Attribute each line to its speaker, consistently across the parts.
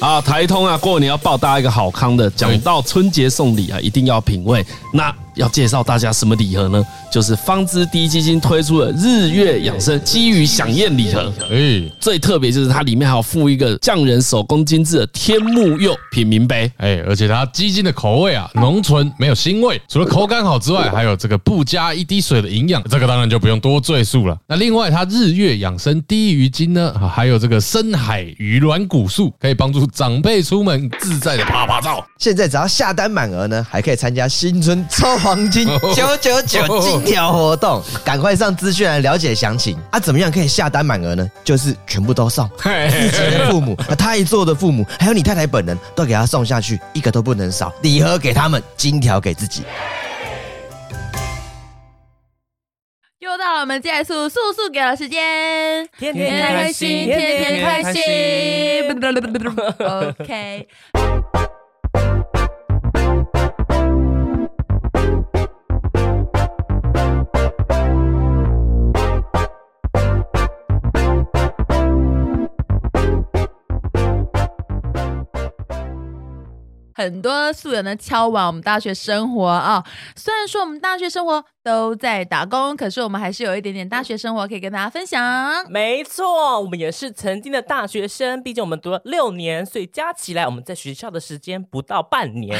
Speaker 1: 啊，台通啊，过年要报大家一个好康的。讲到春节送礼啊，一定要品味。那要介绍大家什么礼盒呢？就是方知第一基金推出的日月养生基于响宴礼盒。
Speaker 2: 哎
Speaker 1: 最特别就是它里面还有附一个匠人手工精致的天目釉品茗 杯。
Speaker 2: 哎，而且它鸡精的口味啊，浓醇没有腥味，除了口感好之外，还有这个不加一滴水的营养，这个当然就不用多赘述了。那另外，它日月养生低鱼精呢，啊还有这个深海鱼软骨素，可以帮助长辈出门自在的啪啪照。
Speaker 3: 现在只要下单满额呢，还可以参加新春抽黄金九九九金条活动，赶快上资讯来了解详情啊！怎么样可以下单满额呢？就是全部都送，自己的父母、啊他一做的父母，还有你太太本人都给他送下去，一个都不能少，礼盒给他们，金条给自己。
Speaker 4: 又到了我们再速速速给的时间，
Speaker 5: 天
Speaker 4: 天
Speaker 5: 天
Speaker 4: 开
Speaker 5: 开
Speaker 4: 心，
Speaker 5: 心
Speaker 4: 天天开
Speaker 5: 天天
Speaker 4: 心。OK，很多素人呢敲完我们大学生活啊、虽然说我们大学生活都在打工，可是我们还是有一点点大学生活可以跟大家分 享。
Speaker 5: 没错，我们也是曾经的大学生，毕竟我们读了六年，所以加起来我们在学校的时间不到半 年。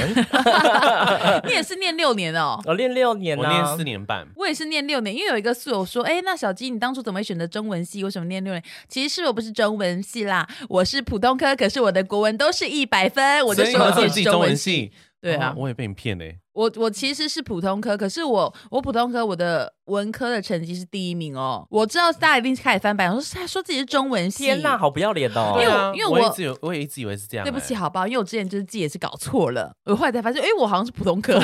Speaker 4: 你也是念六年哦。
Speaker 5: 我练六年
Speaker 6: 我
Speaker 5: 啊，
Speaker 6: 念四年半，
Speaker 4: 我也是念六年，因为有一个室友说，哎、那小鸡你当初怎么会选择中文系？为什么念六年？其实我不是中文系啦，我是普通科，可是我的国文都是一百分，我就
Speaker 6: 所以
Speaker 4: 说我
Speaker 6: 你
Speaker 4: 自己
Speaker 6: 们
Speaker 4: 是
Speaker 6: 自己
Speaker 4: 中
Speaker 6: 中
Speaker 4: 文
Speaker 6: 文
Speaker 4: 系。
Speaker 6: 系，
Speaker 4: 对啊
Speaker 6: 哇我也被你骗嘞。
Speaker 4: 我我其实是普通科，可是我我普通科我的文科的成绩是第一名哦。我知道大家一定是开始翻白眼，我说他说自己是中文系，
Speaker 5: 天呐，好不要脸 哦！
Speaker 4: 因为
Speaker 6: 对
Speaker 4: 我
Speaker 6: 啊，
Speaker 4: 因为
Speaker 6: 我
Speaker 4: 我
Speaker 6: 一直有，我也一直以为是这样。
Speaker 4: 对不起，
Speaker 6: 哎，
Speaker 4: 好不好？因为我之前就是记也是搞错了，我后来才发现，哎、我好 像是普通科。
Speaker 6: 这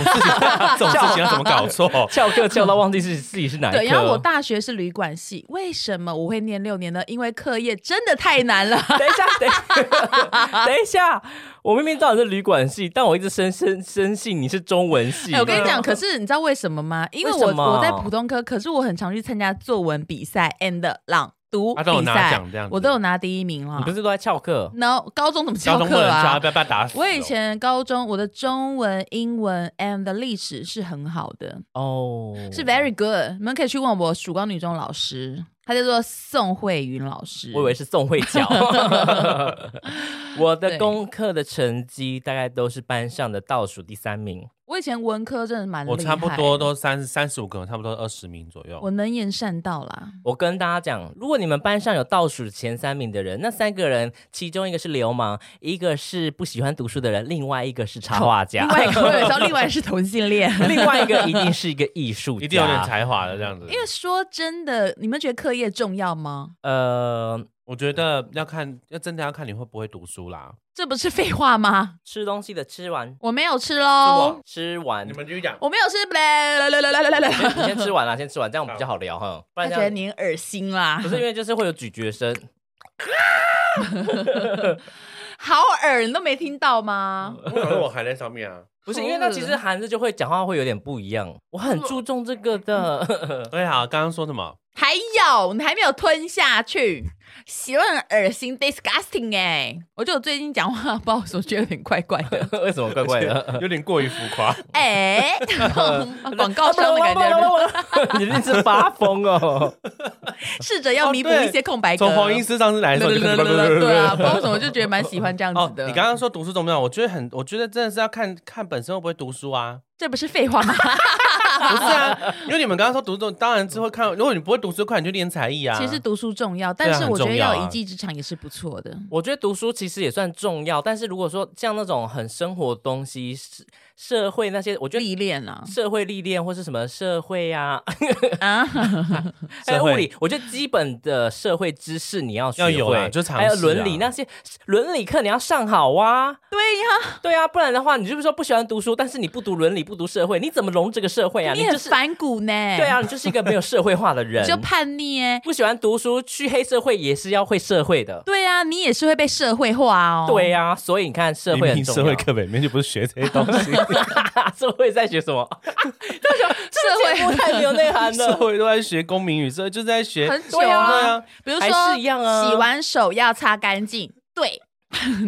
Speaker 6: 种事情要怎么搞错？
Speaker 5: 翘课翘到忘记是自己是哪一
Speaker 4: 对，然后我
Speaker 5: 科。
Speaker 4: 大学是旅馆系，为什么我会念六年呢？因为课业真的太难了。
Speaker 5: 等一下，等一下，等一下，我明明知道你是旅馆系，但我一直深深深信你是中文系。
Speaker 4: 哎、我跟你讲，可是你知道为什么吗？因为我
Speaker 5: 为什么
Speaker 4: 我在普通科，可是我很常去参加作文比赛 and 朗读
Speaker 6: 啊都有
Speaker 4: 比
Speaker 6: 拿
Speaker 4: 赛
Speaker 6: 奖这样，子
Speaker 4: 我都有拿第一名
Speaker 5: 你
Speaker 4: 啦
Speaker 5: 不。是都在翘课？
Speaker 4: no，高中怎么
Speaker 6: 交
Speaker 4: 翘
Speaker 6: 通不
Speaker 4: 课
Speaker 6: 能
Speaker 4: 啊
Speaker 6: 抓，不？要被他打死哦。
Speaker 4: 我以前高中我的中文、英文 and 历史是很好的，
Speaker 5: 哦，
Speaker 4: 是 very good。你们可以去问我曙光女中老师，她叫做宋慧云老师。
Speaker 5: 我以为是宋慧 乔。我
Speaker 4: 对
Speaker 5: 的功课的成绩大概都是班上的倒数第三名。
Speaker 4: 我以前文科真的蛮厉害
Speaker 6: 我
Speaker 4: 的，
Speaker 6: 差不多都三三十五个，差不多二十名左右。
Speaker 4: 我能言善道啦。
Speaker 5: 我跟大家讲，如果你们班上有倒数前三名的人，那三个人其中一个是流氓，一个是不喜欢读书的人，另外一个是插画家
Speaker 4: 另，外一个 我也知道，另外是同性恋。
Speaker 5: 另外一个一定是一个艺术家，
Speaker 6: 一定有点。才华的这样子。
Speaker 4: 因为说真的，你们觉得课业重要吗？
Speaker 5: 呃，
Speaker 6: 我觉得要看，要真的要看你会不会读书啦。
Speaker 4: 这不是废话吗？
Speaker 5: 吃东西的吃完，
Speaker 4: 我没有吃喽，
Speaker 5: 吃完，
Speaker 6: 们继续讲。
Speaker 4: 我没有吃，来来来来来来
Speaker 5: 你
Speaker 4: 来，
Speaker 5: 先你先吃完啦，先吃完，这样我们比较好聊哈。不
Speaker 4: 他
Speaker 5: 然
Speaker 4: 觉
Speaker 5: 这
Speaker 4: 得
Speaker 5: 样
Speaker 4: 你很恶心啦
Speaker 5: 不，是因为就是会有咀嚼声，
Speaker 4: 好耳，你都没听到吗？
Speaker 6: 我想说我还在上面啊。
Speaker 5: 不是因为那其实含着就会讲话会有点不一样。我很注重这个的。
Speaker 6: 对啊，刚刚说什么？
Speaker 4: 还有，你还没有吞下去，洗论恶心，disgusting 哎、我觉得我最近讲话，不知道为什么觉得有点怪怪的，
Speaker 5: 为什么怪怪 的？
Speaker 6: 有点过于浮夸。
Speaker 4: 哎、广
Speaker 5: 啊
Speaker 4: 告商的感觉，
Speaker 5: 觉，你一定是发疯哦！
Speaker 4: 试着要弥补一些空白格。
Speaker 6: 从黄医师上次来的时候就开始，
Speaker 4: 对啊，不知道为什么就觉得蛮喜欢这样
Speaker 6: 哦
Speaker 4: 子，的。
Speaker 6: 你刚刚说读书重不重要？我觉得很，我觉得真的是要看看本身会不会读书 啊。
Speaker 4: 这不是废话吗？
Speaker 6: 不是啊，因为你们刚刚说读书，当然是会看。如果你不会读书，快点去练才艺啊。
Speaker 4: 其实读书重要，但是
Speaker 6: 很
Speaker 4: 我觉得
Speaker 6: 重要
Speaker 4: 要
Speaker 6: 啊
Speaker 4: 有一技之长也是不错的。
Speaker 5: 我觉得读书其实也算重要，但是如果说像那种很生活的东西、社社会那些，我觉得
Speaker 4: 历练啊
Speaker 5: 社会历练或是什么社会啊，
Speaker 4: 啊，
Speaker 5: 还有
Speaker 6: 社
Speaker 5: 物
Speaker 6: 会
Speaker 5: 理，我觉得基本的社会知识你要学
Speaker 6: 要有
Speaker 5: 会
Speaker 6: 啦就常识啊
Speaker 5: 还有伦理那些伦理课你要上好啊。
Speaker 4: 对呀、
Speaker 5: 对啊，不然的话，你就是说不喜欢读书，但是你不读伦理、不读社会，你怎么融这个社会啊？
Speaker 4: 你
Speaker 5: 就
Speaker 4: 很
Speaker 5: 是
Speaker 4: 反骨呢。
Speaker 5: 对，啊，你就是一个没有社会化的 人
Speaker 4: 你，就叛逆哎、
Speaker 5: 不喜欢读书，去黑社会也是要会社会的。
Speaker 4: 对啊，你也是会被社会化哦。
Speaker 5: 对呀、所以你看社会很
Speaker 6: 明明
Speaker 5: 重
Speaker 6: 社
Speaker 5: 要
Speaker 6: 会。课本里面就不是学 这些东西，
Speaker 5: 社会在学 什么？
Speaker 4: 社
Speaker 5: 节目
Speaker 4: 会
Speaker 5: 太没有内涵
Speaker 6: 社
Speaker 5: 了。
Speaker 6: 会都在学公民与社，就是在学
Speaker 4: 很久
Speaker 6: 对
Speaker 4: 啊
Speaker 6: 啊，
Speaker 4: 比如
Speaker 5: 还
Speaker 4: 说
Speaker 5: 是一样啊
Speaker 4: 洗完手要擦干净，对，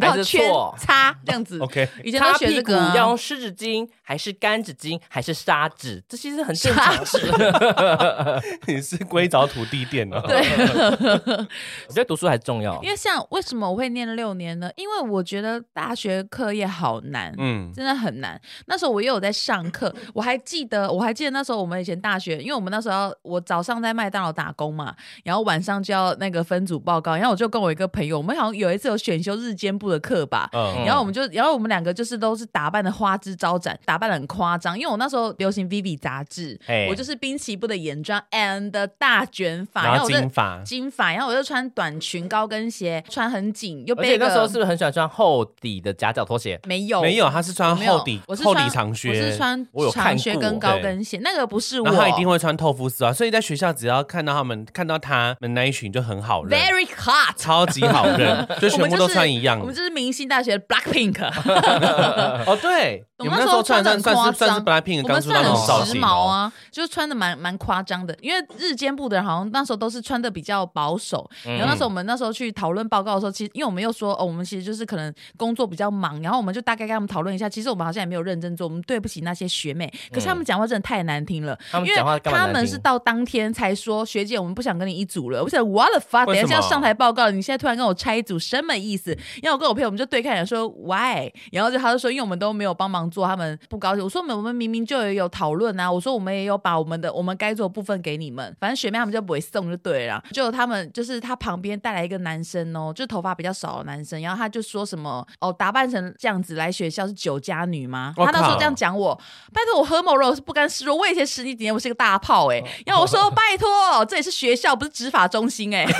Speaker 4: 然
Speaker 5: 还
Speaker 4: 后
Speaker 5: 是
Speaker 4: 圈
Speaker 5: 错
Speaker 4: 擦这样子。
Speaker 6: OK，
Speaker 4: 以前都
Speaker 5: 擦
Speaker 4: 学
Speaker 5: 屁
Speaker 4: 这
Speaker 5: 股
Speaker 4: 个啊
Speaker 5: 要用湿纸巾，还是干纸巾，还是砂纸？这些是很正
Speaker 4: 砂
Speaker 5: 常的。
Speaker 6: 你是硅藻土地店啊？
Speaker 4: 对，
Speaker 5: 我觉得读书还是重要
Speaker 4: 因。为像为什么我会念六年呢？因为我觉得大学课业好难，
Speaker 6: 嗯，
Speaker 4: 真的很难。那时候我也有在上课，我还记得，我还记得那时候我们以前大学，因为我们那时候要我早上在麦当劳打工嘛，然后晚上就要那个分组报告，然后我就跟我一个朋友，我们好像有一次有选修日间部的课吧。
Speaker 5: 哦
Speaker 6: 嗯，
Speaker 4: 然后我们就，然后我们两个就是都是打扮的花枝招展，打扮的很夸张。因为我那时候流行 Vivi 杂志
Speaker 5: 嘿
Speaker 4: 我就是滨崎步的眼妆 and 大卷发，
Speaker 6: 然
Speaker 4: 我
Speaker 6: 后
Speaker 4: 就
Speaker 6: 金发，
Speaker 4: 金发，然后我就穿短裙、高跟鞋，穿很紧，又
Speaker 5: 而
Speaker 4: 背
Speaker 5: 且
Speaker 4: 一个
Speaker 5: 那时候是不是很喜欢穿厚底的夹脚拖鞋？
Speaker 4: 没有
Speaker 6: 没有，他是穿
Speaker 4: 没有
Speaker 6: 啊厚底
Speaker 4: 我是
Speaker 6: 厚
Speaker 4: 穿
Speaker 6: 底长
Speaker 4: 我
Speaker 6: 靴，
Speaker 4: 是穿
Speaker 5: 我有
Speaker 4: 长
Speaker 5: 看
Speaker 4: 靴
Speaker 5: 过
Speaker 4: 跟高跟鞋，那个不是我
Speaker 6: 然后他一定会穿透肤丝啊，所以在学校只要看到他们看到他们那一群就很好认，
Speaker 4: very hot。
Speaker 6: 超级好认，就
Speaker 4: 我
Speaker 6: 全
Speaker 4: 们
Speaker 6: 部
Speaker 4: 就
Speaker 6: 都
Speaker 4: 是
Speaker 6: 穿一样
Speaker 4: 我。们就是明星大学 Black Pink，
Speaker 6: 哦，对，
Speaker 4: 我
Speaker 6: 你
Speaker 4: 们
Speaker 6: 们
Speaker 4: 那时
Speaker 6: 那时
Speaker 4: 候
Speaker 6: 候穿
Speaker 4: 穿
Speaker 6: 算
Speaker 4: 得
Speaker 6: 算
Speaker 4: 很
Speaker 6: 是算是
Speaker 4: 夸张
Speaker 6: BLACKPINK
Speaker 4: 我
Speaker 6: 刚
Speaker 4: 们
Speaker 6: 出道
Speaker 4: 算
Speaker 6: 那
Speaker 4: 很
Speaker 6: 种造
Speaker 4: 时
Speaker 6: 型
Speaker 4: 髦
Speaker 6: 哦。
Speaker 4: 啊，就是穿的蛮蛮夸张的。因为日间部的人好像那时候都是穿的比较保守，
Speaker 6: 嗯
Speaker 4: 然后那时候我们那时候去讨论报告的时候，其实因为我们又说哦，我们其实就是可能工作比较忙，然后我们就大概跟他们讨论一下，其实我们好像也没有认真做，我们对不起那些学妹，可
Speaker 6: 嗯
Speaker 4: 是他们讲话真的太难听了，
Speaker 5: 他们
Speaker 4: 因
Speaker 5: 讲
Speaker 4: 为
Speaker 5: 话干嘛
Speaker 4: 他
Speaker 5: 难
Speaker 4: 们
Speaker 5: 听
Speaker 4: 是到当天才说学姐，我们不想跟你一组了。我想 what the fuck，等
Speaker 6: 为
Speaker 4: 一
Speaker 6: 什么
Speaker 4: 下要上台报告，你现在突然跟我拆一组，什么意思？然后我跟我朋友我们就对看，说 why？然后就他就说，因为我们都没有帮忙做，他们不高兴。我说我们我们明明就有有讨论啊，我说我们也有把我们的我们该做的部分给你们，反正学妹他们就不会送就对了啦。就他们就是他旁边带来一个男生哦，就头发比较少的男生，然后他就说什么哦，打扮成这样子来学校是酒家女吗？
Speaker 6: 我
Speaker 4: 他那时候
Speaker 6: 靠
Speaker 4: 这样讲我，拜托我喝某肉是不甘示弱，我以前十几年我是个大炮
Speaker 6: 哦
Speaker 4: 哎、然后我说拜托，这里是学校不是执法中心哎、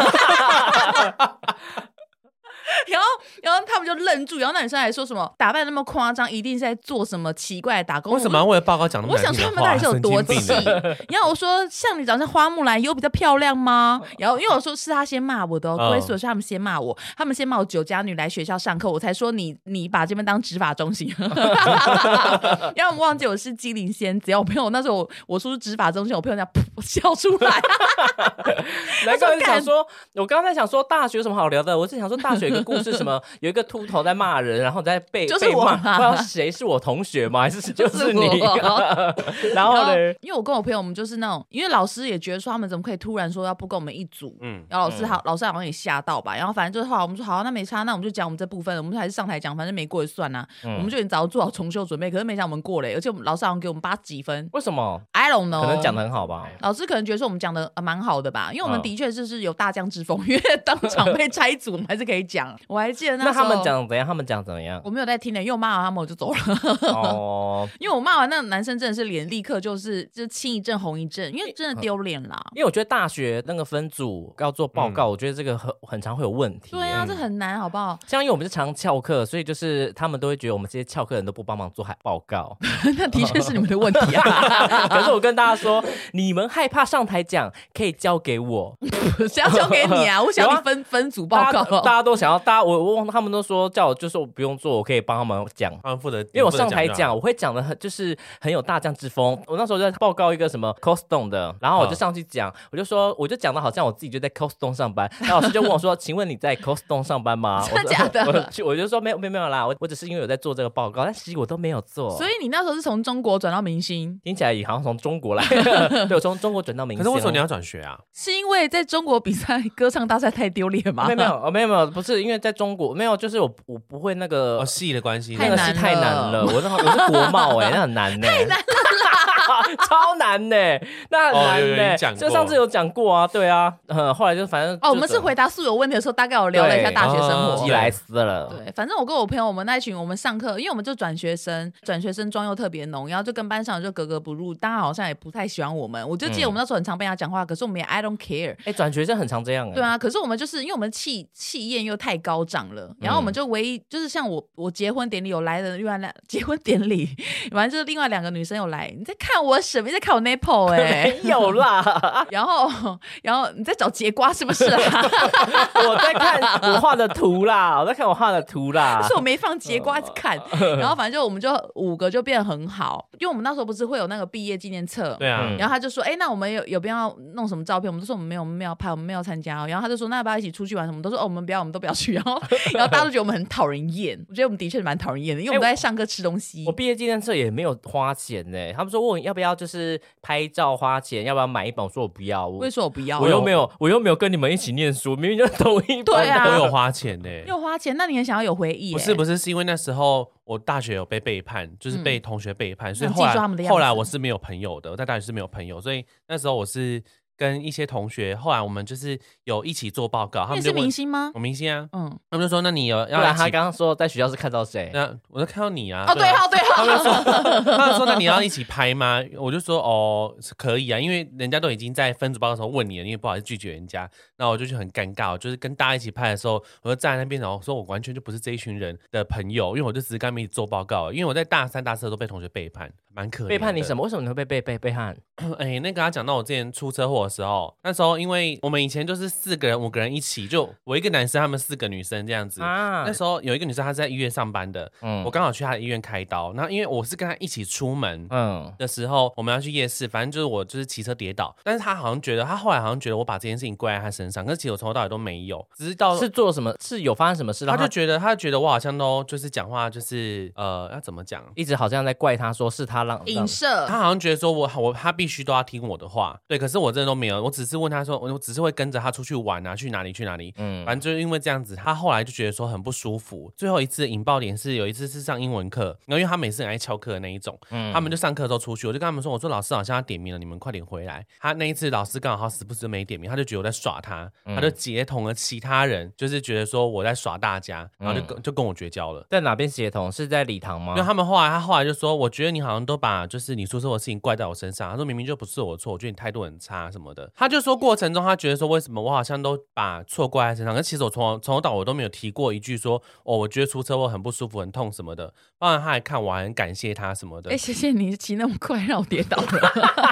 Speaker 4: 然后，然后他们就愣住，然后那女生还说什么打扮那么夸张，一定是在做什么奇怪的打工。
Speaker 6: 为什么要为了报告讲那么
Speaker 4: 我
Speaker 6: 难
Speaker 4: 想
Speaker 6: 听
Speaker 4: 说
Speaker 6: 的
Speaker 4: 他们到底
Speaker 6: 话
Speaker 4: 是有
Speaker 6: 神
Speaker 4: 多
Speaker 6: 经病
Speaker 4: 气
Speaker 6: 欸
Speaker 4: 然后我说，像你长像花木兰有比较漂亮吗？然后因为我说是他先骂我的、哦，
Speaker 6: 嗯
Speaker 4: 归属是他们先骂我，他们先骂我酒家女来学校上课，我才说你你把这边当执法中心， 然后我忘记我是机灵仙子，然后我朋友那时候我我说是执法中心，我朋友这样噗笑出来，
Speaker 5: 难怪我就想说，我刚才想说大学有什么好聊的？我是想说大学有个故事，什么有一个秃头在骂人，然后在被
Speaker 4: 就是
Speaker 5: 被
Speaker 4: 我
Speaker 5: 骂，
Speaker 4: 啊
Speaker 5: 不知道谁是我同学吗？还是就
Speaker 4: 就是
Speaker 5: 是你？ 然后呢？
Speaker 4: 因为我跟我朋友，我们就是那种，因为老师也觉得说他们怎么可以突然说要不跟我们一组，嗯
Speaker 6: 嗯，
Speaker 4: 然后老师好，老师好像也吓到吧，然后反正就是后来我们说好，那没差，那我们就讲我们这部分，我们还是上台讲，反正没过就算啦、
Speaker 5: 嗯
Speaker 4: 我们就已经早就做好重修准备，可是没想到我们过了、而且我们老师好像给我们八几分
Speaker 5: 为什么？
Speaker 4: ，I don't know，
Speaker 5: 可能讲的。很好吧。
Speaker 4: 老师可能觉得说我们讲的蛮好的吧，因为我们
Speaker 5: 嗯
Speaker 4: 的确就是有大将之风，因为当场被拆组，我们还是可以讲。我还记得
Speaker 5: 那
Speaker 4: 时
Speaker 5: 他
Speaker 4: 候
Speaker 5: 们讲怎样？他们讲怎样
Speaker 4: 我？没有在听的，因为我骂完他们我就走了。
Speaker 5: 哦，
Speaker 4: 因为我骂完那个男生，真的是脸立刻就是就青一阵红一阵，因为
Speaker 5: 嗯
Speaker 4: 真的丢脸啦。
Speaker 5: 因为我觉得大学那个分组要做报告，我觉得这个很很常会有问题。
Speaker 4: 对啊，这很难，好不 好？
Speaker 5: 像因为我们是常翘课，所以就是他们都会觉得我们这些翘课人都不帮忙做海报告。
Speaker 4: 那的确是你们的问题啊，
Speaker 5: 可是我跟大家说，你们害怕上台讲，可以交给我。
Speaker 4: 谁要交给你啊？我想要你分分组报告
Speaker 5: 大家大
Speaker 4: 哦。
Speaker 5: 家都想要，大家我我忘他们都说叫我，就是我不用做，我可以帮他们讲。
Speaker 6: 他们负责，
Speaker 5: 因为我
Speaker 6: 你负责
Speaker 5: 上台
Speaker 6: 就好
Speaker 5: 讲，我会讲的很就是很有大将之风。我那时候就在报告一个什么 Costco 的，然后我就上去讲，我就说，我就讲的好像我自己就在 Costco 上班。然后老师就问我说：“请问你在 Costco 上 班吗？”
Speaker 4: 真的假的
Speaker 5: 我就我就我就说没有没有没有啦，我我只是因为有在做这个报告，但其实我都没有做。
Speaker 4: 所以你那时候是从中国转到明星，
Speaker 5: 听起来也好像从中国来， 对，我从中国转到明
Speaker 6: 可
Speaker 5: 星。
Speaker 6: 是为什么你要转学啊？
Speaker 4: 是因为在中国比赛歌唱大赛太丢脸吗？
Speaker 5: 没有没有哦没有没有，不是因为在中国没有，就是我我不会那个
Speaker 6: 哦，戏的关系，
Speaker 4: 太
Speaker 5: 那个
Speaker 4: 难
Speaker 5: 是太难
Speaker 4: 了
Speaker 5: 了，我那我是国贸哎、那很 难呢、太难了， 超难呢、那很
Speaker 6: 哦有
Speaker 5: 难
Speaker 6: 有
Speaker 5: 呢、
Speaker 6: 你讲过
Speaker 5: 就上次有讲过啊，对啊，呃，后来就反正
Speaker 4: 哦，我们是
Speaker 5: 回
Speaker 4: 回答宿友问题的时候，大概有聊了一下大学生活
Speaker 5: 急。哦来死了，
Speaker 4: 对，反正我跟我朋友，我们那一群，我们上课，因为我们就转学生，转学生妆又特别浓，然后就跟班上就格格不入，大家好像也不太喜欢我们。我就记得我们
Speaker 5: 嗯
Speaker 4: 那时候很常被他讲话，可是我们也 I don't care。
Speaker 5: 哎、转学生很常这样哎、
Speaker 4: 对，啊，可是我们就是因为我们气气焰又太高涨了，然后我们就唯一、就是 像我我结婚典礼有来的，另外两结婚典礼，反正就是另外两个女生有来，你在看看我什么？你在看我 nipple 哎、
Speaker 5: 没 有啦，
Speaker 4: 然后，然后你在找节瓜是不是啊？
Speaker 5: 我在看我画的图啦，我在看我画的图啦
Speaker 4: 但是。我没放节瓜看。然后反正就我们就五个就变很好，因为我们那时候不是会有那个毕业纪念册，
Speaker 6: 对啊
Speaker 5: 嗯，
Speaker 4: 然后他就说，哎、那我们有有必要弄什么照片？我们就说我们没有，我们没有拍，我们没有参加、哦。然后他就说，那要不要一起出去玩什么？我们都说哦，我们不要，我们都不要 去。然后，然后大家都觉得我们很讨人厌。我觉得我们的确蛮讨人厌的，因为我们都在上课吃东西。
Speaker 5: 我毕业纪念册也没有花钱呢、他们说问我要不要就是拍照花钱，要不要买一本，我说我不要，
Speaker 4: 我
Speaker 5: 我
Speaker 4: 也说我不要，
Speaker 5: 啊我又没有，我又没有跟你们一起念书，明明就同一班
Speaker 4: 对啊
Speaker 6: 我有花钱呢、
Speaker 4: 又花钱，那你很想要有回忆、
Speaker 6: 不是不
Speaker 4: 是，
Speaker 6: 是，是因为那时候我大学有被背叛，就是被同学背叛，所以
Speaker 4: 嗯那你
Speaker 6: 后
Speaker 4: 记住他们的
Speaker 6: 来
Speaker 4: 样子
Speaker 6: 后来我是没有朋友的，我在大学是没有朋友，所以那时候我是跟一些同学，后来我们就是有一起做报告，他
Speaker 4: 你也
Speaker 6: 们
Speaker 4: 是
Speaker 6: 就问
Speaker 4: 明星吗
Speaker 6: 我？明星啊，
Speaker 4: 嗯，
Speaker 6: 他们就说那你有
Speaker 5: 不
Speaker 6: 要
Speaker 5: 然
Speaker 6: 来
Speaker 5: 他
Speaker 6: 起？
Speaker 5: 刚刚说在学校是看到谁？
Speaker 6: 那我就看到你啊，
Speaker 4: 哦，对
Speaker 6: 啊，
Speaker 4: 号对号，
Speaker 6: 他们说：“ 那你要一起拍吗？”我就说：“哦，是可以啊，因为人家都已经在分组报告的时候问你了，因为不好意思拒绝人家。那我就去很尴尬，就是跟大家一起拍的时候，我就站在那边，然后说我完全就不是这一群人的朋友，因为我就只是跟他们一起做报告。因为我在大三、大四都被同学背叛，蛮可怜。
Speaker 5: 背叛你什
Speaker 6: 么？
Speaker 5: 么？为什么你会被背背背叛？
Speaker 6: 哎，那个他讲到我之前出车祸的时候，那时候因为我们以前就是四个人、五个人一起，就我一个男生，他们四个女生这样子。
Speaker 5: 啊
Speaker 6: 那时候有一个女生，她是在医院上班的，
Speaker 5: 嗯
Speaker 6: 我刚好去她的医院开刀。那因为我是跟她一起出门，
Speaker 5: 嗯，
Speaker 6: 的时候，我们要去夜市，反正就是我就是骑车跌倒，但是他好像觉得他后来好像觉得我把这件事情怪在他身上，可是其实我从头到尾都没有，只是到
Speaker 5: 哦是做什么？是有发生什么事
Speaker 6: 他
Speaker 5: 让
Speaker 6: 就
Speaker 5: 他
Speaker 6: 觉得他就觉得我好像都就是讲话就是呃要怎么讲，
Speaker 5: 一直好像在怪他，说是他让
Speaker 4: 影
Speaker 5: 让
Speaker 4: 射
Speaker 6: 他好像觉得说我我他必须都要听我的话，对，可是我真的都没有，我只是问他说，我只是会跟着他出去玩啊，去哪里去哪里，
Speaker 5: 嗯
Speaker 6: 反正就是因为这样子，他后来就觉得说很不舒服。最后一次引爆点是有一次是上英文课，然后因为他每次很爱翘课的那一种，他们就上课的时候出去，我就跟他们说，我说老师好像要点名了，你们快点回来。他那一次老师刚好死不死没点名，他就觉得我在耍他，他就协同了其他人，就是觉得说我在耍大家，然后就跟、就跟我绝交了。
Speaker 5: 在哪边协同？是在礼堂吗
Speaker 6: 因为？他们后来，他后来就说，我觉得你好像都把就是你出车祸的事情怪在我身上。他说明明就不是我错，我觉得你态度很差什么的。他就说过程中，他觉得说为什么我好像都把错怪在身上，可是其实我从从头到尾我都没有提过一句说哦，我觉得出车祸很不舒服、很痛什么的。当然他还看我，还很感谢他什么的
Speaker 4: 哎、。谢谢你骑那么快让我跌倒了。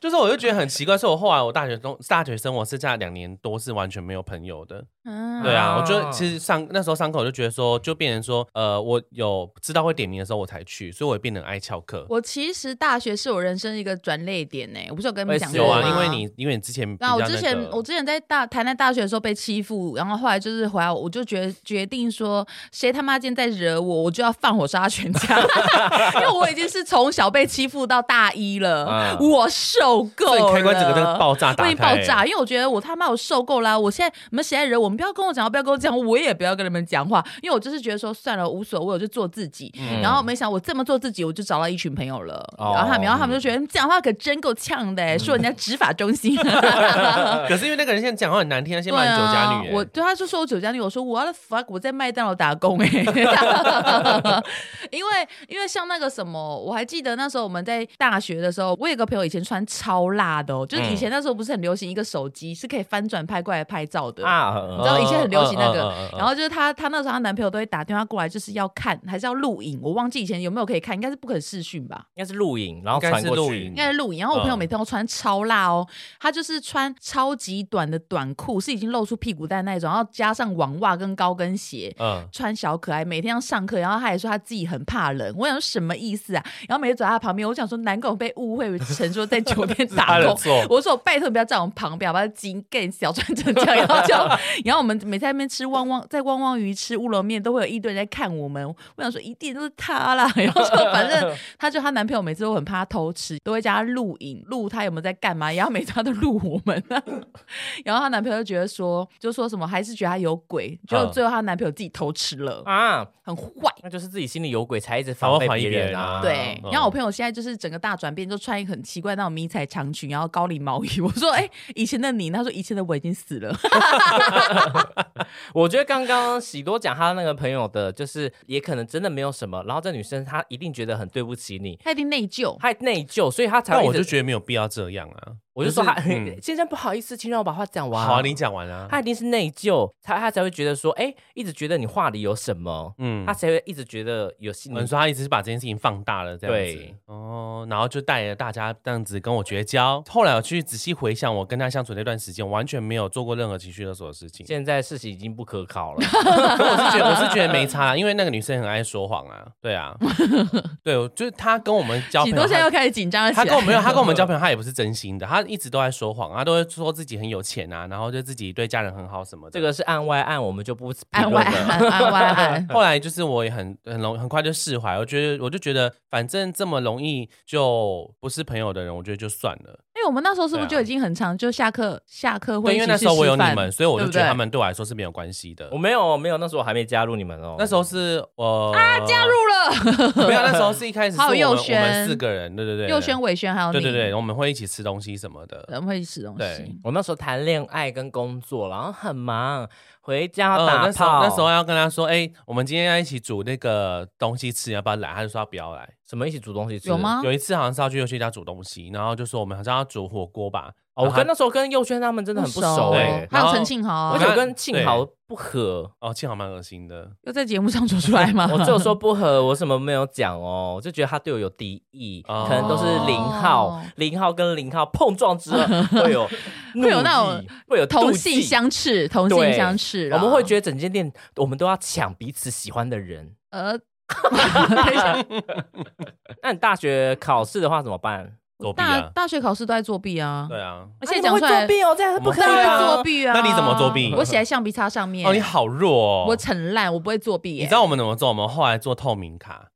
Speaker 6: 就是我就觉得很奇怪，所以我后来我大学中大学生活剩下两年多是完全没有朋友的。
Speaker 4: 嗯
Speaker 6: 对啊，
Speaker 5: 啊
Speaker 6: 我就其实上那时候上课我就觉得说，就变成说呃，我有知道会点名的时候我才去，所以我也变得很爱翘课。
Speaker 4: 我其实大学是我人生一个转捩点呢、我不是有跟你们讲
Speaker 5: 我也是
Speaker 4: 过
Speaker 6: 有
Speaker 4: 吗？
Speaker 6: 啊，因为你因为你之前比较
Speaker 4: 那
Speaker 6: 那
Speaker 4: 我
Speaker 6: 个、
Speaker 4: 之前我之前在大台南大学的时候被欺负，然后后来就是回来，我就决决定说，谁他妈今天再惹我，我就要放火杀他全 家，因为我已经是从小被欺负到大一了，
Speaker 5: 嗯
Speaker 4: 我受够
Speaker 6: 啊所以
Speaker 4: 了。
Speaker 6: 你开关整个灯爆炸
Speaker 4: 我
Speaker 6: 打
Speaker 4: 已
Speaker 6: 开，
Speaker 4: 经爆炸，因为我觉得我他妈我受够了啊、我现在你们谁来惹我，你们不要跟我讲话，不要跟我讲话，我也不要跟你们讲话，因为我就是觉得说算了，无所谓，我就做自己。
Speaker 6: 嗯
Speaker 4: 然后没想到我这么做自己，我就找到一群朋友了。
Speaker 5: 哦
Speaker 4: 然后他们，然后他们就觉得你讲话可真够呛
Speaker 6: 嗯
Speaker 4: 的、说人家执法中 心。
Speaker 6: 可是因为那个人现在讲话很难听，他现在骂
Speaker 4: 对
Speaker 6: 你酒家
Speaker 4: 啊
Speaker 6: 女、，欸
Speaker 4: 我对他就说我酒家女，我说我的 fuck，我在麦当劳打工哎、欸， 因为因为像那个什么，我还记得那时候我们在大学的时候，我有个朋友以前穿超辣的哦，
Speaker 6: 嗯
Speaker 4: 就是以前那时候不是很流行一个手机是可以翻转拍过来拍照的。
Speaker 5: 啊，
Speaker 4: 你
Speaker 5: 嗯
Speaker 4: 知道以前很流行那
Speaker 6: 嗯
Speaker 4: 个
Speaker 6: 嗯嗯嗯，嗯
Speaker 4: 然后就是她，她那时候她男朋友都会打电话过来，就是要看还是要录影，我忘记以前有没有可以看，应该是不可视讯吧。
Speaker 5: 应该是录影，然后
Speaker 6: 应该
Speaker 5: 传
Speaker 6: 是
Speaker 5: 过
Speaker 6: 录
Speaker 5: 去
Speaker 6: 影
Speaker 4: 应。该是露营。然后我朋友每天都穿超辣哦，他就是穿超级短的短裤，是已经露出屁股蛋那一种，然后加上网袜跟高跟鞋。
Speaker 6: 嗯，
Speaker 4: 穿小可爱，每天要上课，然后他还说他自己很怕冷，我想说什么意思啊？然后每天走在他旁边，我想说难怪我被误会成说在酒店 打
Speaker 6: 的
Speaker 4: 工
Speaker 6: 错，
Speaker 4: 我说我拜托你不要在我们旁边，好吧？紧更小穿成这样，然后就然后我们每次在那边吃汪汪，在汪汪鱼吃乌龙面，都会有一堆人在看我们。我想说一定都是他啦， 然后就反正她就她男朋友每次都很怕她偷吃，都会叫她录影录她有没有在干嘛，然后每次她都录我们、啊 然后她男朋友就觉得说，就说什么还是觉得她有鬼，结果最后她男朋友自己偷吃了，
Speaker 5: 啊，
Speaker 4: 很坏。
Speaker 5: 那就是自己心里有鬼，才一直防备别人啊。
Speaker 6: 才会怀疑别人
Speaker 4: 对，然后我朋友现在就是整个大转变，就穿一个很奇怪那种迷彩长裙，然后高领毛衣。我说：“哎、以前的你？”他说：“以前的我已经死了。
Speaker 5: 我觉得刚刚喜多讲他那个朋友的，就是也可能真的没有什么，然后这女生她一定觉得很对不起你”，
Speaker 4: 他一定内疚。
Speaker 5: 她内疚，所以她才
Speaker 6: 但
Speaker 5: 会一
Speaker 6: 我
Speaker 5: 直
Speaker 6: 就觉得没有必要这样啊。
Speaker 5: 我就说他、
Speaker 6: 嗯
Speaker 5: 先生不好意思，请让我把话讲完。
Speaker 6: 好、啊，你讲完啊。
Speaker 5: 他一定是内疚，他他才会觉得说，哎、一直觉得你话里有什么，
Speaker 6: 嗯
Speaker 5: 他才会一直觉得有心
Speaker 6: 我
Speaker 5: 理
Speaker 6: 们说他一直是把这件事情放大了，这样子
Speaker 5: 对。
Speaker 6: 哦，然后就带着大家这样子跟我绝交。后来我去仔细回想我跟他相处那段时间，完全没有做过任何情绪勒索的事情。
Speaker 5: 现在事情已经不可考了，
Speaker 6: 可我是觉得我是觉 得没差啦，因为那个女生很爱说谎啊，对啊，对，我就是她跟我们交
Speaker 4: 喜
Speaker 6: 朋
Speaker 4: 多
Speaker 6: 友
Speaker 4: 现在又
Speaker 6: 她。
Speaker 4: 开始紧张了起
Speaker 6: 她
Speaker 4: 来。
Speaker 6: 跟我没有，她跟 我们交朋友，她也不是真心的，她一直都在说谎，她都会说自己很有钱啊，然后就自己对家人很好什么的。，
Speaker 5: 这个是案外案，我们就不
Speaker 4: 按外按按外按
Speaker 6: 嗯后来就是我也很很容很快就释怀，我觉得我就觉得反正这么容易就不是朋友的人，我觉得就算了。
Speaker 4: 因哎为我们那时候是不是
Speaker 6: 对
Speaker 4: 就
Speaker 6: 啊
Speaker 4: 已经很长，就下课下课会
Speaker 6: 对，
Speaker 4: 一
Speaker 6: 因
Speaker 4: 起
Speaker 6: 为
Speaker 4: 去
Speaker 6: 那时候我有
Speaker 4: 吃饭
Speaker 6: 你们，所以我
Speaker 4: 对
Speaker 6: 就
Speaker 4: 不
Speaker 6: 觉得
Speaker 4: 对
Speaker 6: 他们对我来说是没有关系的
Speaker 5: 我。没有没有，那时候我还没加入你们哦，
Speaker 6: 那时候是我啊
Speaker 4: 加入了，
Speaker 6: 没 有，那时候是一开始是
Speaker 4: 还有
Speaker 6: 我们
Speaker 4: 佑
Speaker 6: 我们
Speaker 4: 轩
Speaker 6: 四个人，对对对，
Speaker 4: 佑轩、伟轩还有你，呃
Speaker 6: 对对对，我们会一起吃东西什么的。
Speaker 4: 人会吃东
Speaker 6: 对
Speaker 4: 西。
Speaker 5: 我那时候谈恋爱跟工作，然后很忙，回家
Speaker 6: 嗯，
Speaker 5: 打
Speaker 6: 那时候
Speaker 5: 炮。
Speaker 6: 那时候要跟他说，哎，我们今天要一起煮那个东西吃，你要不要来？他就说啊他不要来。
Speaker 5: 什么一起煮东西吃？
Speaker 4: 有？吗？
Speaker 6: 有一次好像是要去佑轩家煮东西，然后就说我们好像要煮火锅吧。
Speaker 5: 哦，我
Speaker 6: 然后
Speaker 5: 跟
Speaker 6: 他
Speaker 5: 那时候跟佑轩他们真的很不
Speaker 4: 熟哦
Speaker 5: 熟
Speaker 6: 对
Speaker 5: 哎、
Speaker 4: 还
Speaker 6: 欸然后
Speaker 4: 有陈庆豪
Speaker 5: 而
Speaker 4: 啊
Speaker 5: 且，我
Speaker 6: 跟
Speaker 5: 跟庆豪不合，
Speaker 6: 哦，幸好蛮恶心的。
Speaker 4: 又在节目上走出来吗？
Speaker 5: 我只有说不合，我什么没有讲哦，我就觉得他对我有敌意，
Speaker 6: 哦
Speaker 5: 可能都是零号
Speaker 4: 哦，
Speaker 5: 零号跟零号碰 撞之后会有怒
Speaker 4: 会有那种
Speaker 5: 意会有妒
Speaker 4: 同性
Speaker 5: 忌。
Speaker 4: 相斥，啊同性
Speaker 5: 对
Speaker 4: 相斥啦，
Speaker 5: 我们会觉得整间店我们都要抢彼此喜欢的人。
Speaker 4: 呃，
Speaker 6: 啊
Speaker 5: 那你大学考试的话怎么办？
Speaker 6: 作弊
Speaker 4: 大
Speaker 6: 啊，
Speaker 4: 大学考试都在作弊啊，
Speaker 6: 对啊，
Speaker 4: 而且
Speaker 5: 啊你
Speaker 4: 讲
Speaker 5: 们会
Speaker 4: 出来
Speaker 5: 作弊哦，这样
Speaker 6: 我
Speaker 5: 不
Speaker 6: 们
Speaker 5: 可以
Speaker 6: 会
Speaker 5: 啊
Speaker 6: 啊
Speaker 4: 作弊啊，
Speaker 6: 那你怎么作弊
Speaker 4: 我写在橡皮擦上面，
Speaker 6: 哦，你好弱哦，
Speaker 4: 我很烂，我不会作弊耶，
Speaker 6: 你知道我们怎么做？我们后来做透明卡，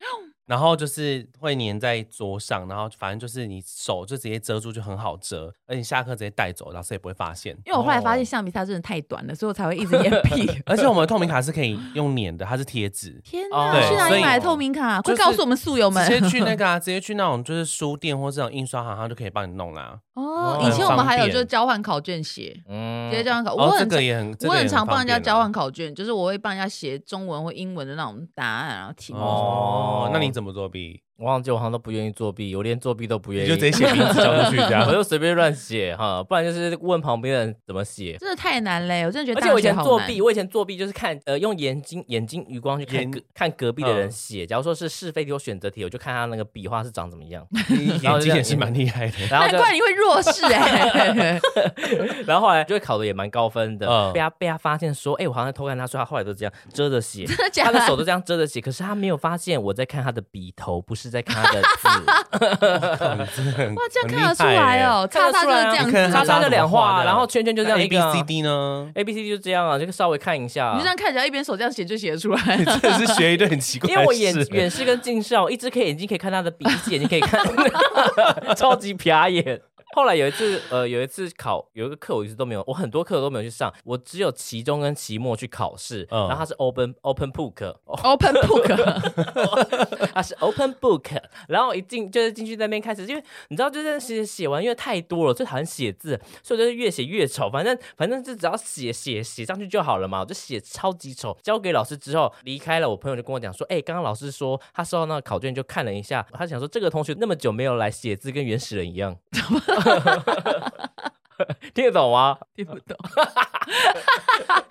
Speaker 6: 然后就是会粘在桌上，然后反正就是你手就直接遮住，就很好遮，而且下课直接带走，老师也不会发现。。
Speaker 4: 因为我后来发现橡皮擦真的太短了，所以我才会一直眼皮。
Speaker 6: 而且我们的透明卡是可以用粘的，它是贴纸
Speaker 4: 天
Speaker 5: 哦
Speaker 4: 哪，去哪
Speaker 6: 所以
Speaker 4: 里买的透明卡？
Speaker 6: 就
Speaker 4: 快
Speaker 6: 是
Speaker 4: 告诉我们宿友们
Speaker 6: 直！接去那个啊， 直接去那种就是书店或这种印刷行，它就可以帮你弄啦。
Speaker 4: 哦，
Speaker 6: 嗯
Speaker 5: 很
Speaker 4: 以前我们还有
Speaker 6: 方便
Speaker 4: 就是交换考卷写，
Speaker 5: 嗯
Speaker 4: 直接交换考，我
Speaker 6: 哦，这
Speaker 4: 很
Speaker 6: 个也很，这
Speaker 4: 我
Speaker 6: 个也
Speaker 4: 很常帮人家
Speaker 6: 方便
Speaker 4: 交
Speaker 6: 啊
Speaker 4: 换。考卷，就是我会帮人家写中文或英文的那种答案，然后题目。
Speaker 6: 哦，那你怎么作弊？
Speaker 5: 我忘记我好像都不愿意作弊，我连作弊都不愿
Speaker 6: 你
Speaker 5: 意，
Speaker 6: 就直接写啊名字交出去，这
Speaker 5: 我
Speaker 6: 样。
Speaker 5: 就 随便乱写哈，不然就是问旁边人怎么写。
Speaker 4: 真的太难嘞！我真的觉得
Speaker 5: 而
Speaker 4: 大
Speaker 5: 且我以
Speaker 4: 学
Speaker 5: 前
Speaker 4: 好
Speaker 5: 作
Speaker 4: 难
Speaker 5: 弊，我以前作弊就是看呃用眼睛眼睛余光去看
Speaker 6: 眼
Speaker 5: 隔看隔壁的人
Speaker 6: 嗯
Speaker 5: 写，假如说是是非题或选择题，我就看他那个笔画是长怎么 样，
Speaker 6: 你
Speaker 5: 然后就
Speaker 6: 眼睛
Speaker 5: 这
Speaker 6: 也
Speaker 5: 样
Speaker 6: 是蛮厉害的。
Speaker 5: 然后
Speaker 4: 难
Speaker 5: 就
Speaker 4: 怪你会弱势 哎、
Speaker 5: 然后后来就会考的也蛮高分的，
Speaker 6: 嗯
Speaker 5: 被他被他发现说，哎、我好像在偷看他，所以他后来都这样遮着 写，
Speaker 4: 真的假
Speaker 5: 他
Speaker 4: 的？
Speaker 5: 的手都这样遮着写，可是他没有发现我在看他的笔头，不是在看他的字。
Speaker 4: 哇
Speaker 6: 哇，
Speaker 4: 这样看得出来。哦，
Speaker 5: 看
Speaker 4: 叉叉
Speaker 5: 得出
Speaker 4: 就
Speaker 5: 来
Speaker 4: 是
Speaker 5: 啊
Speaker 4: 这样
Speaker 6: 欸你
Speaker 4: 子
Speaker 6: 看，
Speaker 5: 叉
Speaker 6: 他
Speaker 5: 叉
Speaker 6: 的
Speaker 5: 就两画，然后圈圈就这样
Speaker 6: A
Speaker 5: 一
Speaker 6: B
Speaker 5: 个啊
Speaker 6: C D 呢？
Speaker 5: A B C D 就这样啊，就稍微看一下
Speaker 4: 你
Speaker 5: 啊
Speaker 4: 就。这样看起来一边手这样写就写得出来
Speaker 6: 你真的是学一堆很奇怪的
Speaker 5: 因
Speaker 6: 事。
Speaker 5: 为我眼 远视跟近视，啊，我一只可以眼睛可以看他的笔，一只眼睛可以看，超级瞟眼。后来有一次，呃，有一次考有一个课，我一直都没有，我很多课都没有去上，我只有期中跟期末去考试。
Speaker 6: 嗯
Speaker 5: 然后它是 open open book，
Speaker 4: ，Open Book，
Speaker 5: 它啊是 open book，然后一进就是进去那边开始，因为你知道，就是写写完，因为太多了，最讨厌写字，所以我就是越写越丑。反正反正就只要写写写上去就好了嘛，我就写超级丑。交给老师之后离开了，我朋友就跟我讲说，哎、刚刚老师说他收到那个考卷就看了一下，他想说这个同学那么久没有来写字，跟原始人一样。 听得懂吗？
Speaker 4: 听不懂。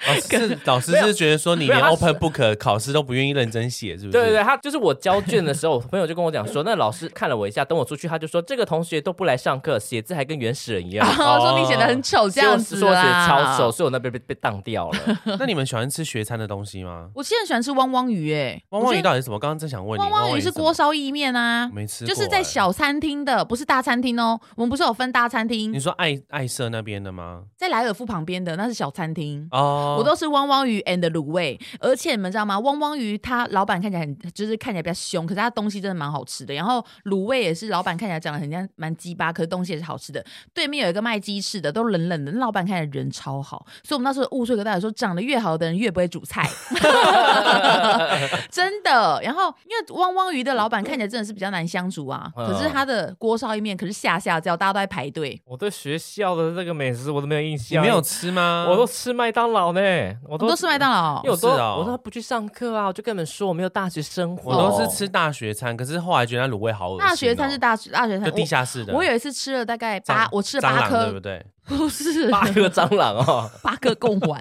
Speaker 6: 老师老师是觉得说你连
Speaker 5: 没有他是
Speaker 6: open book 考试都不愿意认真写，是不是？
Speaker 5: 对对对，他就是我交卷的时候，我朋友就跟我讲说，那老师看了我一下，等我出去，他就说这个同学都不来上课，写字还跟原始人一 样。
Speaker 4: 然后哦说你写的很丑，这样子
Speaker 5: 所以我哦说我写得
Speaker 4: 啦。
Speaker 5: 超丑，所以我那边被被当掉了。
Speaker 6: 那你们喜欢吃学餐的东西吗？
Speaker 4: 我现在喜欢吃汪汪鱼哎，
Speaker 6: 汪汪
Speaker 4: 我
Speaker 6: 鱼
Speaker 4: 觉得
Speaker 6: 到底是什么？刚刚正想问你。
Speaker 4: 汪汪鱼是
Speaker 6: 什么
Speaker 4: 锅，烧意面啊
Speaker 6: 我。没吃过。
Speaker 4: 就是在
Speaker 6: 哎。
Speaker 4: 小餐厅的，不是大餐厅哦。我们不是有分大餐
Speaker 6: 你
Speaker 4: 厅，
Speaker 6: 说爱爱社那边的吗？
Speaker 4: 在莱尔富旁边的那是小餐厅。
Speaker 6: 哦，
Speaker 4: 我都是汪汪鱼 and 卤味，而且你们知道吗？汪汪鱼它老板看起来很，就是看起来比较凶，可是它东西真的蛮好吃的。然后卤味也是老板看起来长得很像蛮鸡巴，可是东西也是好吃的。对面有一个卖鸡翅的，都冷冷的，那老板看起来人超 好，所以我们那时候误会一个道理，说长得越好的人越不会煮菜，真 真的。然后因为汪汪鱼的老板看起来真的是比较难相处啊，
Speaker 5: 嗯
Speaker 4: 可是他的锅烧意面可是下下叫，大家都在排队。
Speaker 5: 我对学校的那个美食我都没有印
Speaker 6: 你
Speaker 5: 象，
Speaker 6: 没有，吃吗？
Speaker 5: 我都吃麦当劳呢，我
Speaker 4: 我
Speaker 5: 都
Speaker 4: 们都吃麦当劳
Speaker 5: 因为，我都
Speaker 6: 是哦
Speaker 5: 我都不去上课啊，我就跟你们说我没有大学生活，
Speaker 6: 我都是吃大学餐，可是后来觉得那卤味好恶心哦。
Speaker 4: 大学餐是大大学餐
Speaker 6: 就，地下室的。
Speaker 4: 我我有一次吃了大概
Speaker 6: 蟑
Speaker 4: 八，我吃了
Speaker 6: 蟑
Speaker 4: 八
Speaker 6: 螂对不
Speaker 4: 颗，
Speaker 6: 对？
Speaker 4: 不是
Speaker 5: 八颗蟑螂 哦，
Speaker 4: 八个贡 丸，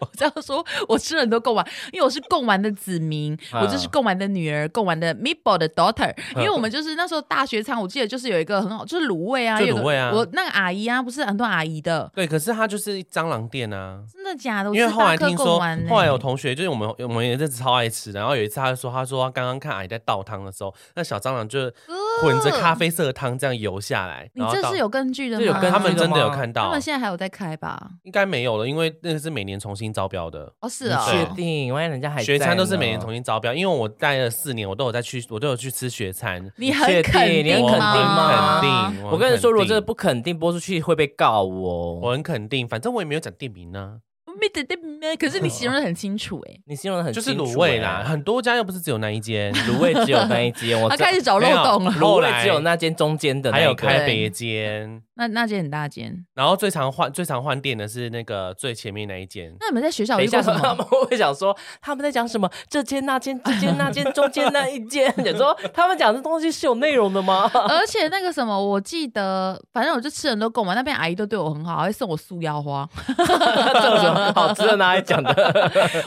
Speaker 4: 我这样说，我吃了很多贡丸，因为我是贡丸的子民，
Speaker 6: 嗯
Speaker 5: 啊
Speaker 4: 我这是贡丸的女儿，贡丸的 Meatball 的 daughter。因为我们就是那时候大学餐，我记得就是有一个很好，就是卤味啊，
Speaker 6: 就
Speaker 4: 有个
Speaker 6: 卤味啊
Speaker 4: 我那个阿姨啊，不是很多阿姨的，
Speaker 6: 对，可是它就是蟑螂店啊。
Speaker 4: 真的假的？我
Speaker 6: 因为
Speaker 4: 吃
Speaker 6: 后
Speaker 4: 八
Speaker 6: 来
Speaker 4: 颗
Speaker 6: 听
Speaker 4: 贡
Speaker 6: 说哦
Speaker 4: 丸，欸呢
Speaker 6: 后来有同学就是我们我们也是超爱吃的，然后有一次他就说，他说他刚刚看阿姨在倒汤的时候，那小蟑螂就混着咖啡色的汤这样游下来，
Speaker 4: 呃你
Speaker 6: 然后
Speaker 4: 这
Speaker 6: 到
Speaker 4: 是有根据的吗？
Speaker 5: 这有根据
Speaker 6: 他们真的有看
Speaker 4: 他
Speaker 6: 到
Speaker 4: 们，现在还有在开吧？
Speaker 6: 应该没有了，因为那个是每年重新招标的。
Speaker 4: 哦，是哦，
Speaker 5: 确定？万一人家还
Speaker 6: 学餐
Speaker 5: 在
Speaker 6: 都是每年
Speaker 5: 呢
Speaker 6: 重新招标，因为我待了四年，我都有在去，我都有去吃学餐。
Speaker 4: 你很
Speaker 5: 确定
Speaker 4: 肯
Speaker 5: 你很
Speaker 4: 吗？
Speaker 5: 肯定吗
Speaker 6: 肯定，
Speaker 5: 我跟你说，如果真的
Speaker 6: 不。
Speaker 5: 不肯定播出去，会被告哦。
Speaker 6: 我很肯定，反正我也没有讲店名啊呢、
Speaker 4: 没得得，可是你形容的很清楚哎、
Speaker 5: 你形容的很
Speaker 6: 就是
Speaker 5: 清
Speaker 6: 卤
Speaker 5: 楚
Speaker 6: 味
Speaker 5: 欸
Speaker 6: 啦，，很多家又不是只有那一间，
Speaker 5: 卤味只有那一间， 我
Speaker 4: 他
Speaker 5: 知道
Speaker 4: 开始找漏
Speaker 6: 没有
Speaker 4: 洞了。
Speaker 5: 卤
Speaker 6: 后
Speaker 5: 味
Speaker 6: 来
Speaker 5: 只有那间中间的那
Speaker 6: 还
Speaker 5: 一
Speaker 6: 有
Speaker 5: 个，
Speaker 6: 开别间，
Speaker 4: 那那间很大间，
Speaker 6: 然后最常换最常换店的是那个最前面那一间，
Speaker 4: 那你们在学校
Speaker 5: 等
Speaker 4: 有
Speaker 5: 一
Speaker 4: 遇过
Speaker 5: 下，
Speaker 4: 什么？
Speaker 5: 他 们会想说他们在讲什么？这间那间，这间那间，中间那一 间。想说他们讲这东西是有内容的吗？
Speaker 4: 而且那个什么，我记得，反正我就吃很多贡丸，那边阿姨都对我很好，还会送我素腰花，
Speaker 5: 这有什么好吃的拿来讲的？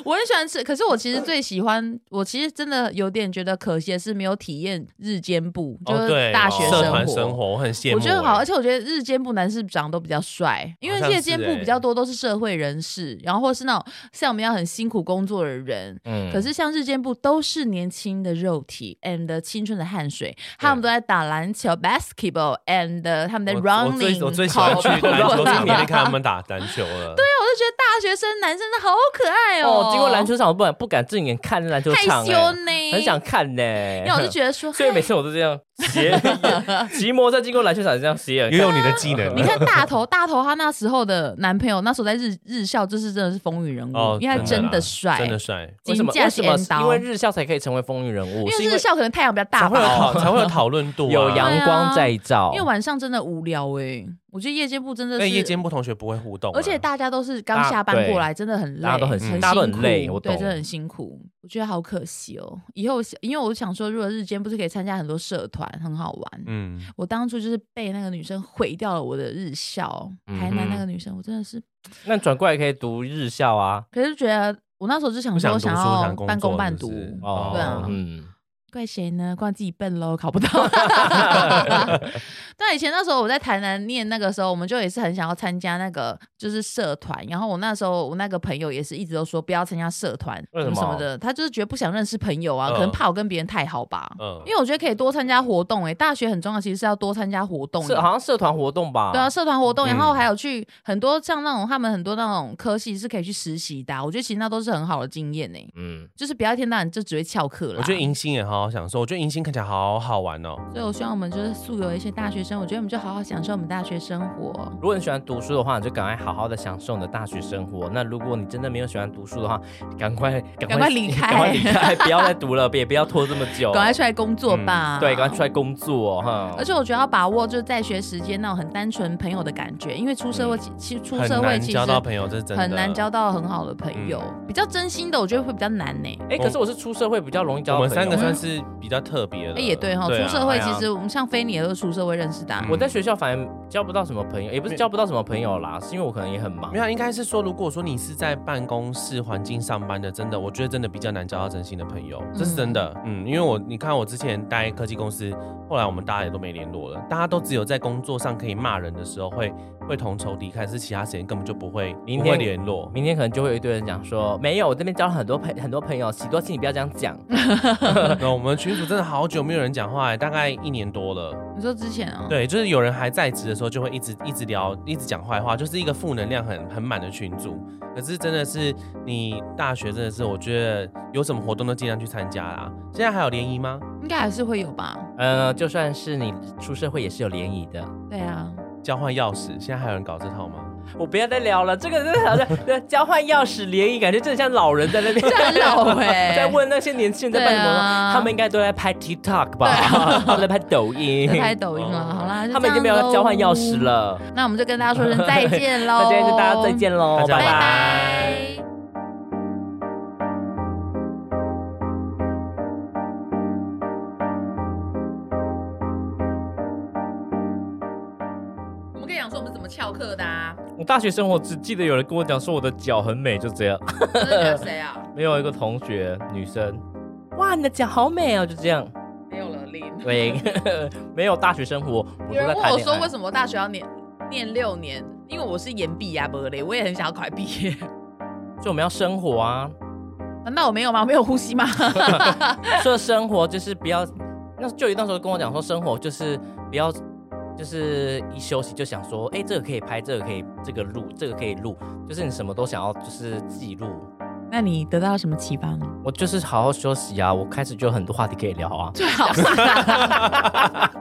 Speaker 4: 我很喜欢吃。可是我其实最喜欢，我其实真的有点觉得可惜的是没有体验日间部，就
Speaker 6: 哦
Speaker 4: 是
Speaker 6: 对，
Speaker 4: 大学
Speaker 6: 社
Speaker 4: 生
Speaker 6: 团
Speaker 4: 活。
Speaker 6: 生活，我很羡慕欸。
Speaker 4: 我觉得好，而且我觉得日间部男士长得都比较帅，因为
Speaker 6: 好像
Speaker 4: 夜间部
Speaker 6: 是欸
Speaker 4: 比较多都是社会人士，然后或是那种像我们要很辛苦工作的人，
Speaker 5: 嗯
Speaker 4: 可是像日间部都是年轻的肉体 and 青春的汗水，他们都在打篮球 basketball and 他们在
Speaker 6: 我
Speaker 4: running
Speaker 6: 我最我最喜欢去
Speaker 4: 跑步
Speaker 6: 篮球场里面
Speaker 4: 对啊，
Speaker 6: 看他们打篮 球了。
Speaker 5: 啊
Speaker 6: 对
Speaker 4: 我就觉得大学生男生真的好可爱哦，
Speaker 5: 哦，经过篮球场，我不敢不敢正眼看篮球
Speaker 4: 害
Speaker 5: 场、
Speaker 4: 羞
Speaker 5: 欸，
Speaker 4: 呢，
Speaker 5: 很想，看呢、
Speaker 4: 因为 我就觉得说，
Speaker 5: 所以每
Speaker 4: 嗨
Speaker 5: 次我都这样斜眼 骑摩托车经过篮球场，这样斜眼看。
Speaker 6: 拥有你的技 能，
Speaker 4: 你看大头，大头她那时候的男朋友，那时候在日日校，就是真的是风云人物，
Speaker 6: 哦
Speaker 4: 因为他
Speaker 6: 真的
Speaker 4: 真
Speaker 6: 啦
Speaker 4: 的帅，
Speaker 6: 真的帅，
Speaker 5: 为什
Speaker 4: 金
Speaker 5: 么？
Speaker 4: 价
Speaker 5: 为什么
Speaker 4: 剪？刀
Speaker 5: 因为日校才可以成为风云人物，是
Speaker 4: 因
Speaker 5: 因
Speaker 4: 为日
Speaker 5: 为
Speaker 4: 校可能太阳比较大
Speaker 6: 才会有
Speaker 4: 吧，
Speaker 6: 讨 才会有讨论
Speaker 4: 哦
Speaker 6: 度啊。
Speaker 5: 有阳光在照。
Speaker 4: 因为晚上真的无聊哎、我觉得夜间部真的是
Speaker 6: 跟夜间部同学不会互动啊，
Speaker 4: 而且大家都是刚
Speaker 5: 大
Speaker 4: 下班过来，真的很累，
Speaker 5: 大家都很
Speaker 4: 辛苦，
Speaker 5: 大家都很累我
Speaker 4: 对，
Speaker 5: 懂
Speaker 4: 真的很辛苦。我觉得好可惜哦。以后想因为我想说，如果日间不是可以参加很多社团，很好玩。
Speaker 6: 嗯，
Speaker 4: 我当初就是被那个女生毁掉了我的日校，台南那个女生，我真的是，
Speaker 5: 那转过来可以读日校啊。
Speaker 4: 可是觉得我那时候就想
Speaker 6: 不
Speaker 4: 说
Speaker 6: 想读书，
Speaker 4: 要
Speaker 6: 想工
Speaker 4: 半工
Speaker 6: 作
Speaker 4: 半
Speaker 6: 是
Speaker 4: 读
Speaker 6: 不，是
Speaker 5: 哦，
Speaker 4: 对啊
Speaker 5: 嗯，
Speaker 4: 怪谁呢？怪自己笨喽，考不 到。但以前那时候我在台南念那个时候，我们就也是很想要参加那个就是社团。然后我那时候我那个朋友也是一直都说不要参加社团
Speaker 5: 为
Speaker 4: 什么
Speaker 5: 什么
Speaker 4: 什么的，他就是觉得不想认识朋友啊，
Speaker 6: 嗯
Speaker 4: 可能怕我跟别人太好吧。
Speaker 6: 嗯
Speaker 4: 因为我觉得可以多参加活动、欸，大学很重要，其实是要多参加活动。
Speaker 5: 是好像社团活动吧？
Speaker 4: 对啊，社团活动，然
Speaker 6: 嗯
Speaker 4: 后还有去很多像那种他们很多那种科系是可以去实习的啊、我觉得其实那都是很好的经验呢、
Speaker 5: 嗯，
Speaker 4: 就是不要一天到晚就只会翘课了。
Speaker 6: 我觉得迎新也好好享受，我觉得迎新看起来好好玩哦。
Speaker 4: 所以我希望我们就是素有一些大学生，我觉得我们就好好享受我们大学生活。
Speaker 6: 哦
Speaker 5: 如果你喜欢读书的话，你就赶快好好的享受你的大学生活。那如果你真的没有喜欢读书的话，赶快赶
Speaker 4: 赶快离开
Speaker 5: 赶快离 开，不要再读了，也不要拖这么久。
Speaker 4: 赶快出来工作吧。
Speaker 6: 嗯
Speaker 5: 对，赶快出来工作哈。
Speaker 4: 而且我觉得要把握就是在学时间那种很单纯朋友的感觉，因为出社会其其实出
Speaker 6: 嗯很
Speaker 4: 社会
Speaker 6: 难
Speaker 4: 其实
Speaker 6: 交到朋友，这是真的嗯
Speaker 4: 很难交。到很好的朋友，比较真心的我觉得会比较难欸呢、
Speaker 5: 哎，可是我是出社会比较容易交
Speaker 6: 我
Speaker 5: 到
Speaker 6: 们
Speaker 5: 朋友嗯
Speaker 6: 三个算是比较特别
Speaker 4: 哎、
Speaker 6: 的，
Speaker 4: 也对哈，
Speaker 6: 啊
Speaker 4: 出社会
Speaker 6: 哎呀
Speaker 4: 其实我们像菲尼也都是出社会认识的啊、
Speaker 6: 嗯
Speaker 5: 我在学校反而交不到什么朋友，也不是交不到什么朋友啦，是因为我可能也很忙
Speaker 6: 没。有啊，应该是说，如果说你是在办公室环境上班的，真的，我觉得真的比较难交到真心的朋友，这是真的。嗯，因为我你看我之前待科技公司，后来我们大家也都没联络了，大家都只有在工作上可以骂人的时候会会同仇敌忾，可是其他时间根本就不会
Speaker 5: 明
Speaker 6: 不会
Speaker 5: 天
Speaker 6: 联 络。
Speaker 5: 明天可能就会有一堆人讲说，没有，我这边交了很多朋很多朋友，喜多，请你不要这样讲。
Speaker 6: 那我们群组真的好久没有人讲话、大概一年多了。
Speaker 4: 你说之前啊、
Speaker 6: 对，就是有人还在职的时候，就会一直一直聊，一直讲坏话，就是一个负能量很很满的群组。可是真的是你大学真的是，我觉得有什么活动都尽量去参加啦。现在还有联谊吗？
Speaker 4: 应该还是会有吧？
Speaker 5: 呃，就算是你出社会也是有联谊的。
Speaker 4: 对啊，
Speaker 6: 交换钥匙，现在还有人搞这套吗？
Speaker 5: 我不要再聊了，这个真的好像交换钥匙联谊，感觉真的像老人在那边，
Speaker 4: 这很老欸
Speaker 5: 在问那些年轻人在办什么，
Speaker 4: 对啊
Speaker 5: 他们应该都在拍 TikTok 吧，他们在拍抖音，
Speaker 4: 拍抖音了，好啦，就
Speaker 5: 哦他们已经没
Speaker 4: 这样
Speaker 5: 有
Speaker 4: 咯
Speaker 5: 交换钥匙。了。
Speaker 4: 那我们就跟大家说声再见喽，
Speaker 5: 那今天就大家再，见喽，
Speaker 6: 大家
Speaker 4: 拜
Speaker 5: 拜拜。
Speaker 4: 拜。我们可以讲说我们怎么翘课的啊？
Speaker 5: 我大学生活只记得有人跟我讲说我的脚很美，就这样。
Speaker 4: 真的讲谁啊？
Speaker 5: 没有一个同学女生，哇，你的脚好美哦，就这样。
Speaker 4: 没有了，零。
Speaker 5: 对， 没有大学生活，我都
Speaker 4: 有人
Speaker 5: 在
Speaker 4: 问
Speaker 5: 谈
Speaker 4: 我
Speaker 5: 恋
Speaker 4: 说，为
Speaker 5: 爱。
Speaker 4: 什么我大学要念念六年？因为我是延毕呀，不嘞，我也很想要快毕业。
Speaker 5: 就我们要生活啊，
Speaker 4: 难道我没有吗？我没有呼吸吗？
Speaker 5: 说生活就是不要，那就那时候跟我讲说，生活就是不要，就是一休息就想说，哎、这个可以拍，这个可以，这个录，这个可以录，就是你什么都想要，就是记录。
Speaker 4: 那你得到什么启发呢？
Speaker 5: 我就是好好休息啊，我开始就有很多话题可以聊啊。
Speaker 4: 最好是啊。